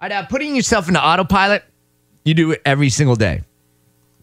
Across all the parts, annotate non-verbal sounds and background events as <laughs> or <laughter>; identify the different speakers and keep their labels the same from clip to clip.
Speaker 1: I'd, uh, putting yourself into autopilot, you do it every single day.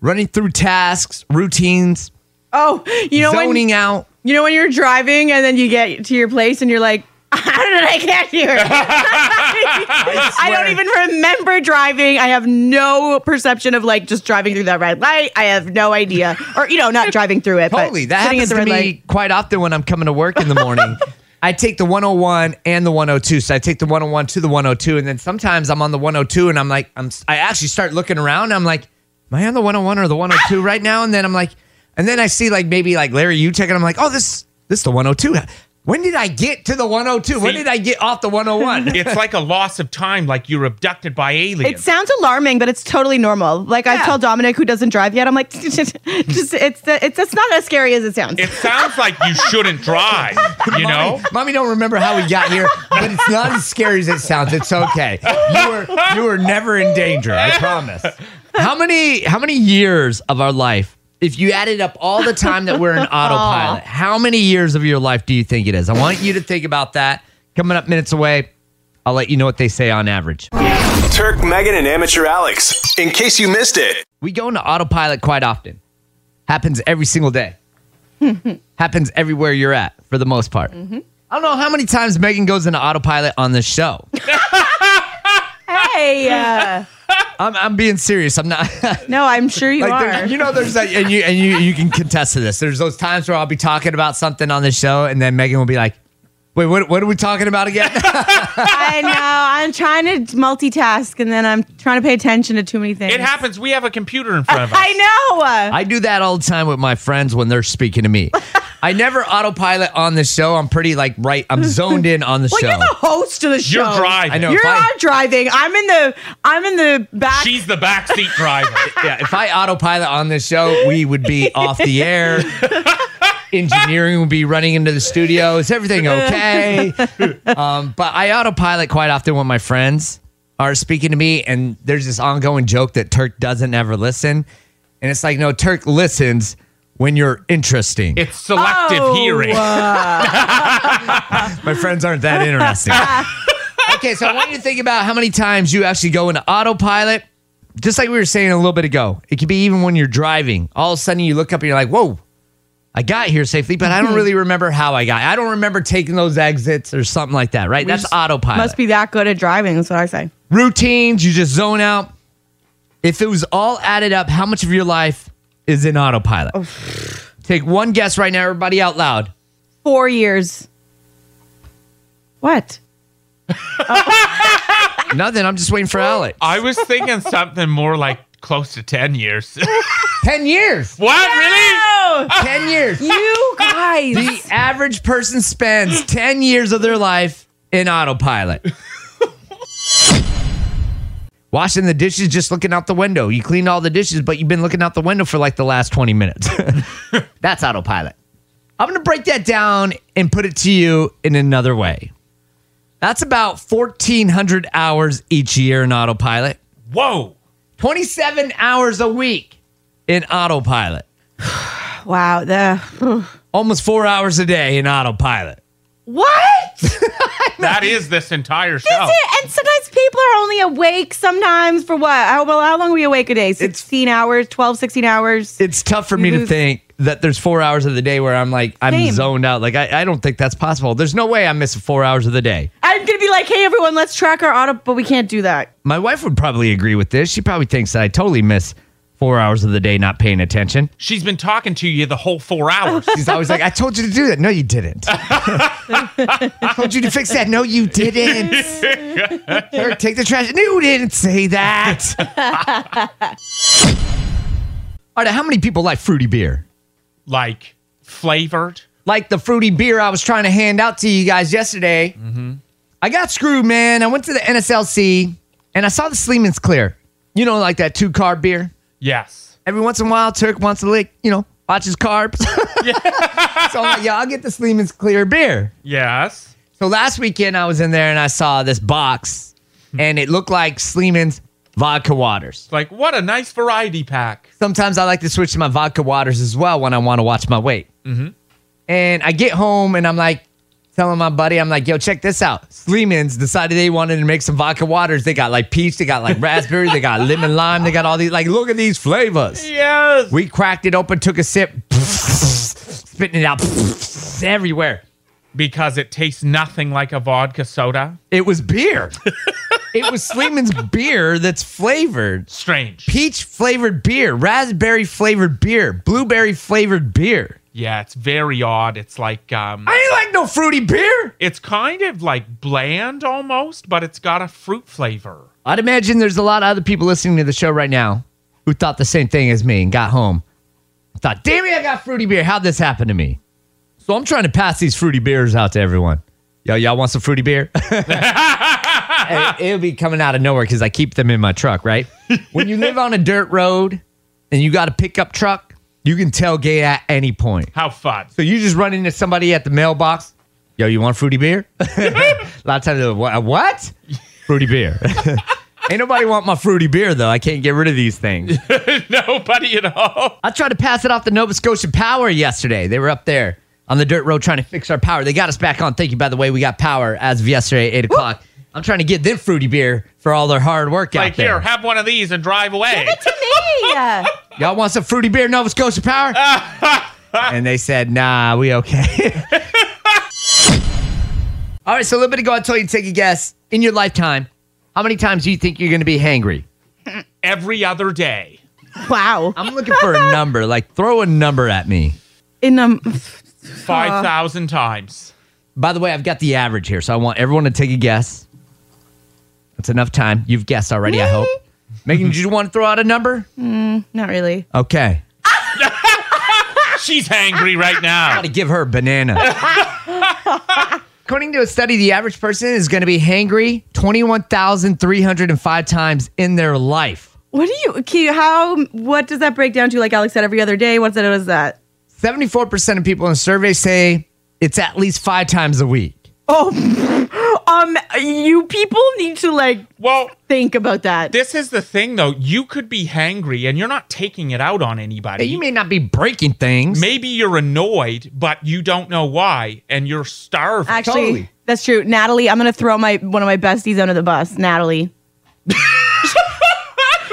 Speaker 1: Running through tasks, routines,
Speaker 2: Oh, you know when
Speaker 1: zoning out.
Speaker 2: you know when you're driving and then you get to your place and you're like, <laughs> how did I get here?
Speaker 1: <laughs>
Speaker 2: I, don't
Speaker 1: swear.
Speaker 2: even remember driving. I have no perception of like just driving through that red light. I have no idea, or you
Speaker 1: <laughs>
Speaker 2: know, not driving through it.
Speaker 1: Totally.
Speaker 2: but
Speaker 1: That
Speaker 2: sitting at
Speaker 1: happens
Speaker 2: the
Speaker 1: to
Speaker 2: red
Speaker 1: me
Speaker 2: light.
Speaker 1: quite often when I'm coming to work in the morning.
Speaker 2: <laughs>
Speaker 1: I take the 101 and the 102. So I take the 101 to the 102. And then sometimes I'm on the 102 and I'm like, I'm, I actually start looking around. And I'm like, am I on the 101 or the 102 right now? And then I'm like, and then I see like maybe like Larry, you check it. I'm like, oh, this, this is the 102. When did I get to the 102? when
Speaker 3: See?
Speaker 1: did I get off the
Speaker 2: <laughs>
Speaker 1: 101?
Speaker 3: It's like a loss of time, like you're abducted by
Speaker 2: It
Speaker 3: aliens.
Speaker 2: sounds alarming, but it's totally normal. Like I
Speaker 1: Yeah.
Speaker 2: tell Dominic, who doesn't drive yet, I'm like, <laughs> just it's it's it's not as scary as it sounds.
Speaker 3: it sounds like you shouldn't drive, you know?
Speaker 1: Mommy don't remember how we got here, but it's not as scary as it sounds. It's okay. You were you were never in danger. I promise. How many how many years of our life, if you added up all the time that we're in
Speaker 3: <laughs>
Speaker 1: autopilot, how many years of your life do you think it is? I want you to think about that. Coming up minutes away, I'll let you know what they say on average.
Speaker 4: Turk, Megan, and Amateur Alex. In case you missed it,
Speaker 1: We go into autopilot quite often. Happens every single day.
Speaker 3: <laughs>
Speaker 1: Happens everywhere you're at for the most part.
Speaker 3: Mm-hmm.
Speaker 1: I don't know how many times Megan goes into autopilot on this show.
Speaker 2: hey, uh,
Speaker 1: I'm, I'm being serious. I'm not. <laughs>
Speaker 2: no, I'm sure you
Speaker 1: like,
Speaker 2: are.
Speaker 1: there, you know, there's that, and you and you you can contest to this. There's those times where I'll be talking about something on this show, and then Megan will be like, "Wait, what? What are we talking about
Speaker 2: <laughs>
Speaker 1: again?"
Speaker 2: I know. I'm trying to multitask and then I'm trying to pay attention to too many things.
Speaker 3: It happens. We have a computer in front of
Speaker 2: <laughs>
Speaker 3: us.
Speaker 2: I know.
Speaker 1: I do that all the time with my friends when they're speaking to me. I never autopilot on the show. I'm pretty like right. I'm zoned in on the
Speaker 2: well,
Speaker 1: show.
Speaker 2: you're the host of the show.
Speaker 3: You're driving.
Speaker 1: I know.
Speaker 2: You're
Speaker 1: if I-
Speaker 2: not driving. I'm in the. I'm in the back.
Speaker 3: She's the backseat driver.
Speaker 1: yeah, if I autopilot on this show, we would be off the air. Engineering would be running into the studio. Is everything okay? Um, but I autopilot quite often when my friends are speaking to me, and there's this ongoing joke that Turk doesn't ever listen. And it's like, no, Turk listens when you're interesting.
Speaker 3: It's selective
Speaker 2: Oh,
Speaker 3: hearing.
Speaker 1: my friends aren't that interesting. <laughs> okay, so I want you to think about how many times you actually go into autopilot. Just like we were saying a little bit ago, it could be even when you're driving. All of a sudden, you look up and you're like, "Whoa, I got here safely," but I don't really remember how I got. I don't remember taking those exits or something like that. Right? That's
Speaker 2: just
Speaker 1: autopilot.
Speaker 2: Must be that good at driving. That's what I say.
Speaker 1: routines. You just zone out. If it was all added up, how much of your life is in autopilot? Take one guess right now, everybody out loud.
Speaker 2: Four years. What?
Speaker 1: Nothing. I'm just waiting for Alex.
Speaker 3: I was thinking something more like close to 10 years. <laughs>
Speaker 1: Ten years.
Speaker 3: what? Really?
Speaker 2: Oh,
Speaker 1: Ten <laughs> years.
Speaker 2: <laughs> you guys.
Speaker 1: The average person spends 10 years of their life in autopilot. Washing the dishes, just looking out the window. You cleaned all the dishes, but you've been looking out the window for like the last 20 minutes. <laughs> That's autopilot. I'm going to break that down and put it to you in another way. That's about 1,400 hours each year in autopilot,
Speaker 3: Whoa.
Speaker 1: 27 hours a week in autopilot,
Speaker 2: wow. The
Speaker 1: almost four hours a day in autopilot.
Speaker 2: <laughs> what?
Speaker 3: That is this entire show.
Speaker 2: That's it. And sometimes people are only awake sometimes for what? How, well, how long are we awake a day? 16 hours, 12, 16 hours.
Speaker 1: it's tough for me to
Speaker 2: lose-
Speaker 1: think that there's four hours of the day where I'm like I'm
Speaker 2: Same.
Speaker 1: zoned out. Like I, I don't think that's possible. There's no way I'm missing four hours of the day.
Speaker 2: I'm going to be like, hey, everyone, let's track our auto, but we can't do that.
Speaker 1: My wife would probably agree with this. She probably thinks that I totally miss four hours of the day not paying attention.
Speaker 3: She's been talking to you the whole four hours.
Speaker 1: She's always like, I told you to do that. No, you didn't. <laughs> I told you to fix that. No, you didn't. Eric, take the trash. No, you didn't say that. All right, how many people like fruity beer?
Speaker 3: like flavored.
Speaker 1: like the fruity beer I was trying to hand out to you guys yesterday. I got screwed, man. I went to the NSLC and I saw the Sleeman's Clear. You know, like that two carb beer.
Speaker 3: Yes.
Speaker 1: Every once in a while, Turk wants to lick, you know, watches carbs. <laughs> so I'm like, yeah, I'll get the Sleeman's Clear beer.
Speaker 3: Yes.
Speaker 1: So last weekend, I was in there and I saw this box and it looked like Sleeman's vodka waters.
Speaker 3: It's like, what a nice variety pack.
Speaker 1: Sometimes I like to switch to my vodka waters as well when I want to watch my weight. And I get home and I'm like, telling my buddy, I'm like, yo, check this out. Sleeman's decided they wanted to make some vodka waters. They got like peach, they got like raspberry, they got lemon lime, they got all these. Like, look at these flavors.
Speaker 3: Yes.
Speaker 1: We cracked it open, took a sip, <laughs> spitting it out <laughs> everywhere.
Speaker 3: Because it tastes nothing like a vodka soda.
Speaker 1: It was beer. it was Sleeman's beer that's flavored.
Speaker 3: Strange.
Speaker 1: Peach flavored beer, raspberry flavored beer, blueberry flavored beer.
Speaker 3: Yeah, it's very odd. It's like um
Speaker 1: I ain't like no fruity beer.
Speaker 3: it's kind of like bland almost, but it's got a fruit flavor.
Speaker 1: I'd imagine there's a lot of other people listening to the show right now who thought the same thing as me and got home. Thought, damn it, I got fruity beer. How'd this happen to me? So I'm trying to pass these fruity beers out to everyone. Yo, y'all want some fruity beer? <laughs> And it'll be coming out of nowhere because I keep them in my truck, right? <laughs> when you live on a dirt road and you got a pickup truck, you can tailgate at any point.
Speaker 3: How fun. <laughs>
Speaker 1: So you just run into somebody at the mailbox. Yo, you want fruity beer? <laughs> a lot of times they're like, "Wha- what? Fruity beer. <laughs> Ain't nobody want my fruity beer though. I can't get rid of these things.
Speaker 3: Nobody at all.
Speaker 1: I tried to pass it off to Nova Scotia Power yesterday. They were up there on the dirt road trying to fix our power. They got us back on. Thank you, by the way. We got power as of yesterday, eight o'clock. I'm trying to get them fruity beer for all their hard work
Speaker 3: Like
Speaker 1: out there.
Speaker 3: here, have one of these and drive away.
Speaker 2: Yeah.
Speaker 1: Y'all want some fruity beer, Nova Scotia Power? and they said, nah, we okay. <laughs> All right, so a little bit ago, I told you to take a guess. In your lifetime, how many times do you think you're going to be hangry?
Speaker 3: Every other day.
Speaker 2: <laughs> Wow.
Speaker 1: I'm looking for a number. Like, throw a number at me.
Speaker 2: In um, <sighs>
Speaker 3: Five thousand times.
Speaker 1: By the way, I've got the average here, so I want everyone to take a guess. That's enough time. You've guessed already, I hope. Megan, did you want to throw out a number?
Speaker 2: not really.
Speaker 1: Okay.
Speaker 3: She's hangry
Speaker 1: <laughs>
Speaker 3: right now.
Speaker 1: to give her a banana. According to a study, the average person is going to be hangry 21,305 times in their life.
Speaker 2: What do you? Can you- How? What does that break down to? Like Alex said, every other day. What's that? What is that? <laughs>
Speaker 1: 74% of people in the survey say it's at least five times a week.
Speaker 2: Um, you people need to like
Speaker 3: Well,
Speaker 2: think about that.
Speaker 3: this is the thing though. You could be hangry and you're not taking it out on anybody.
Speaker 1: You may not be breaking things.
Speaker 3: Maybe you're annoyed, but you don't know why, and you're starving.
Speaker 2: Actually,
Speaker 1: totally.
Speaker 2: that's true. Natalie, I'm gonna throw my one of my besties under the bus. Natalie.
Speaker 3: <laughs>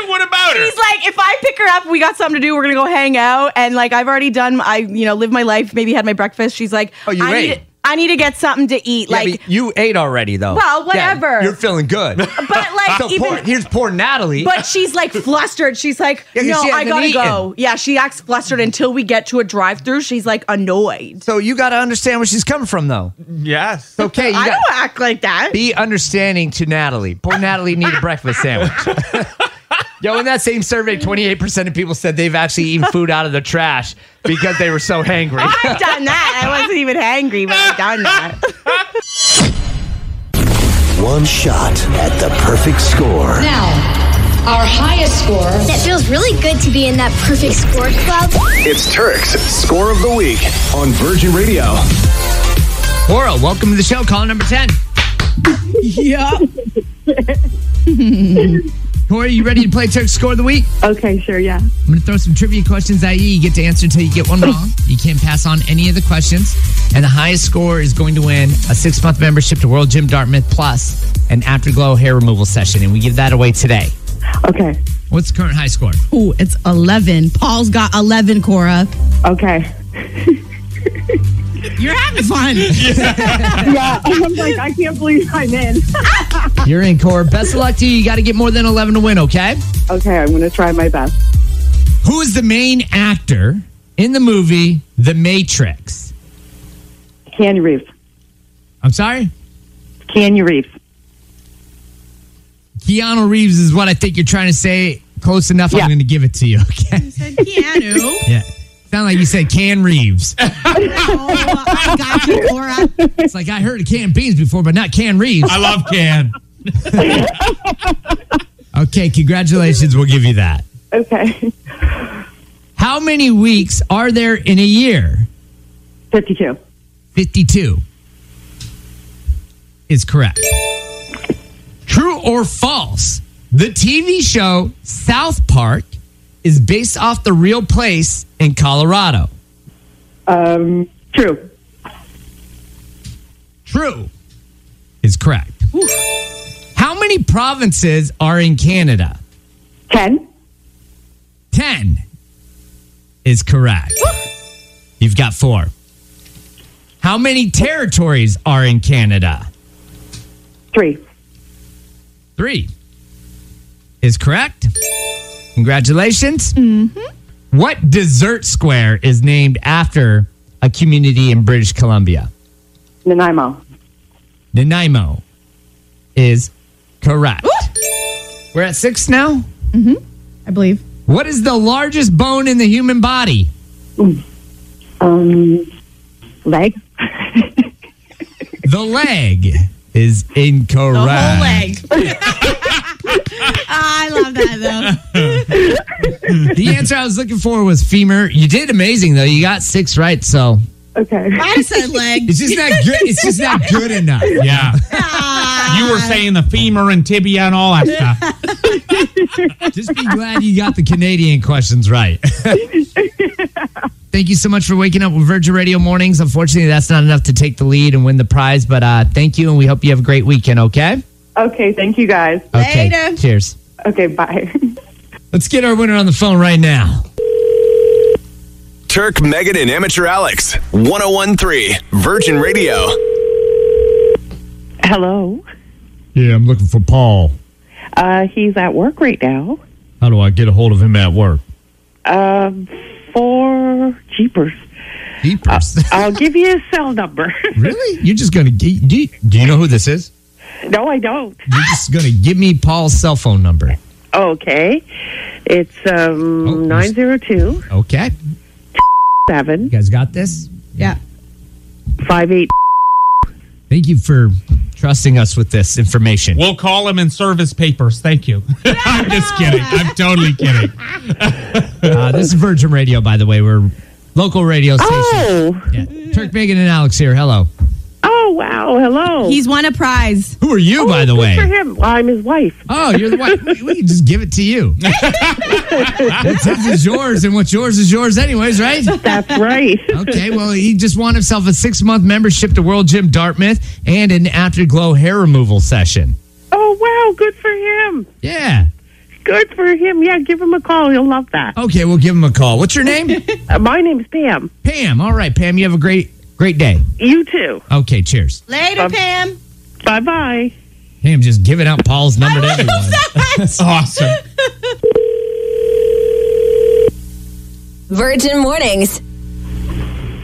Speaker 3: what about her?
Speaker 2: He's like, if I pick her up, we got something to do. We're gonna go hang out, and like I've already done. I you know live my life. Maybe had my breakfast. She's like,
Speaker 1: Oh, you
Speaker 2: I
Speaker 1: ate.
Speaker 2: need. I need to get something to eat.
Speaker 1: Yeah,
Speaker 2: like,
Speaker 1: but you ate already, though.
Speaker 2: Well, whatever.
Speaker 1: you're feeling good. <laughs>
Speaker 2: <laughs> but like
Speaker 1: so
Speaker 2: even.
Speaker 1: poor, here's poor Natalie.
Speaker 2: but she's like flustered. She's like,
Speaker 1: Yeah, 'cause
Speaker 2: no,
Speaker 1: she
Speaker 2: I
Speaker 1: hasn't
Speaker 2: gotta
Speaker 1: eaten.
Speaker 2: go. Yeah, she acts flustered until we get to a drive-through. She's like annoyed.
Speaker 1: so you got to understand where she's coming from, though.
Speaker 3: yes.
Speaker 1: Okay, you
Speaker 2: I
Speaker 1: got
Speaker 2: don't act like that.
Speaker 1: be understanding to Natalie. Poor Natalie need a breakfast sandwich. <laughs> Yo, in that same survey, 28% of people said they've actually eaten food out of the trash because they were so hangry.
Speaker 2: I've done that. I wasn't even angry, but I've done that.
Speaker 5: One shot at the perfect score.
Speaker 6: Now, our highest score.
Speaker 7: It feels really good to be in that perfect score club.
Speaker 4: It's Turk's Score of the Week on Virgin Radio.
Speaker 1: Laura, welcome to the show. Call number 10. Yeah. Corey, you ready to play Turk Score of the Week?
Speaker 8: Okay, sure, yeah.
Speaker 1: I'm going to throw some trivia questions at you. You get to answer until you get one wrong. You can't pass on any of the questions. And the highest score is going to win a six month membership to World Gym Dartmouth Plus an Afterglow hair removal session. And we give that away today.
Speaker 8: Okay,
Speaker 1: What's the current high score?
Speaker 9: Ooh, it's 11. Paul's got 11, Cora.
Speaker 8: okay.
Speaker 9: You're having
Speaker 2: <laughs>
Speaker 9: fun.
Speaker 8: Yeah, <laughs> I'm like, I can't believe I'm in.
Speaker 1: You're in, Cora. Best of luck to you. You got to get more than 11 to win, okay?
Speaker 8: Okay, I'm going to try my best.
Speaker 1: Who is the main actor in the movie The Matrix?
Speaker 8: Candy Reeves.
Speaker 1: I'm sorry?
Speaker 8: Candy Reeves.
Speaker 1: Keanu Reeves is what I think you're trying to say. Close enough.
Speaker 8: Yeah.
Speaker 1: I'm going to give it to you, <laughs> okay?
Speaker 9: Keanu.
Speaker 1: <laughs> Yeah. Sound like you said
Speaker 9: <laughs>
Speaker 1: Can Reeves.
Speaker 9: Oh, I got you, Cora.
Speaker 1: It's like I heard of canned beans before, but not Can Reeves. I love Can. <laughs> okay, congratulations. We'll give you that.
Speaker 8: Okay, <laughs>
Speaker 1: How many weeks are there in a year?
Speaker 8: 52.
Speaker 1: 52 is correct. True or false? The TV show South Park is based off the real place in Colorado.
Speaker 8: Um, true.
Speaker 1: true is correct. How many provinces are in Canada?
Speaker 8: Ten.
Speaker 1: 10 is correct. You've got four. How many territories are in Canada?
Speaker 8: Three.
Speaker 1: Three is correct. Congratulations.
Speaker 2: Mm-hmm.
Speaker 1: What dessert square is named after a community in British Columbia?
Speaker 8: Nanaimo.
Speaker 1: Nanaimo is correct. We're at six now.
Speaker 2: Mm-hmm. I believe.
Speaker 1: What is the largest bone in the human body?
Speaker 8: Um, leg.
Speaker 1: The leg is incorrect.
Speaker 2: The whole leg. Ah, I love that though.
Speaker 1: The answer I was looking for was femur. You did amazing though. You got six right, so
Speaker 8: Okay.
Speaker 2: I said leg.
Speaker 1: it's just not good. It's just not good enough.
Speaker 3: Yeah. you were saying the femur and tibia and all that stuff.
Speaker 1: Just be glad you got the Canadian questions right. <laughs> thank you so much for waking up with Virgin Radio Mornings. Unfortunately, that's not enough to take the lead and win the prize, but uh, thank you, and we hope you have a great weekend. Okay.
Speaker 8: Okay. Thank you guys.
Speaker 1: Okay.
Speaker 2: Later.
Speaker 1: Cheers.
Speaker 8: Okay. Bye. <laughs>
Speaker 1: Let's get our winner on the phone right now.
Speaker 4: Turk, Megan, and Amateur Alex. 1013 Virgin Radio.
Speaker 8: Hello.
Speaker 1: Yeah, I'm looking for Paul.
Speaker 8: Uh, he's at work right now.
Speaker 1: How do I get a hold of him at work?
Speaker 8: Um, four jeepers.
Speaker 1: Jeepers.
Speaker 8: I'll give you his cell number. <laughs>
Speaker 1: really? You're just gonna gi- do? You, do you know who this is?
Speaker 8: no, I don't.
Speaker 1: You're just gonna give me Paul's cell phone number.
Speaker 8: Okay. It's
Speaker 1: Oh,
Speaker 8: um
Speaker 1: you-
Speaker 8: nine zero two
Speaker 1: Okay. You
Speaker 8: seven
Speaker 1: guys got this.
Speaker 2: Yeah.
Speaker 8: five eight.
Speaker 1: Thank you for trusting us with this information.
Speaker 3: We'll call him and serve his papers. Thank you. I'm just kidding. I'm totally kidding.
Speaker 1: <laughs> Uh, this is Virgin Radio, by the way. We're local radio station.
Speaker 8: Oh.
Speaker 1: Yeah. Turk, Megan, and Alex here. Hello.
Speaker 8: Oh wow. Hello.
Speaker 2: He's won a <laughs> prize.
Speaker 1: Who are you,
Speaker 8: Oh,
Speaker 1: by the
Speaker 8: good
Speaker 1: way?
Speaker 8: for him. Well, I'm his wife.
Speaker 1: Oh, you're the wife. We we can just give it to you. What's his is yours, and what's yours is yours, anyways, right? <laughs>
Speaker 8: That's right.
Speaker 1: Okay, well, he just won himself a six month membership to World Gym Dartmouth and an afterglow hair removal session.
Speaker 8: Oh wow. Good for him.
Speaker 1: Yeah.
Speaker 8: Good for him. Yeah. Give him a call. He'll love that.
Speaker 1: Okay, we'll give him a call. What's your name?
Speaker 8: Uh, my name's Pam.
Speaker 1: Pam. All right, Pam, you have a great, great day.
Speaker 8: You too.
Speaker 1: Okay, cheers.
Speaker 2: Later, Pam.
Speaker 8: Bye bye.
Speaker 1: Pam just giving out Paul's number
Speaker 2: <laughs>
Speaker 1: to everyone.
Speaker 3: Awesome.
Speaker 6: Virgin Mornings.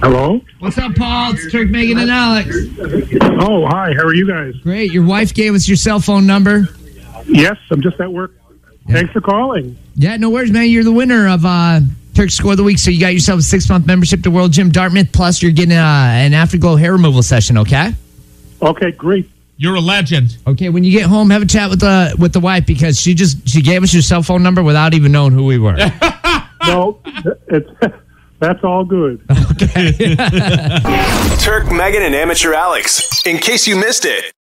Speaker 5: Hello?
Speaker 1: What's up, Paul? It's Turk, Megan, and Alex.
Speaker 5: Oh, hi. How are you guys?
Speaker 1: Great. Your wife gave us your cell phone number.
Speaker 5: Yes, I'm just at work. Thanks for calling.
Speaker 1: Yeah, no worries, man. You're the winner of uh, Turk Score of the Week. So you got yourself a six month membership to World Gym Dartmouth. Plus, you're getting uh, an afterglow hair removal session, okay?
Speaker 5: Okay, great.
Speaker 3: You're a legend.
Speaker 1: Okay, when you get home, have a chat with the with the wife because she just she gave us your cell phone number without even knowing who we were.
Speaker 5: No, <laughs> it's, that's all good.
Speaker 4: Turk, Megan, and Amateur Alex. In case you missed it.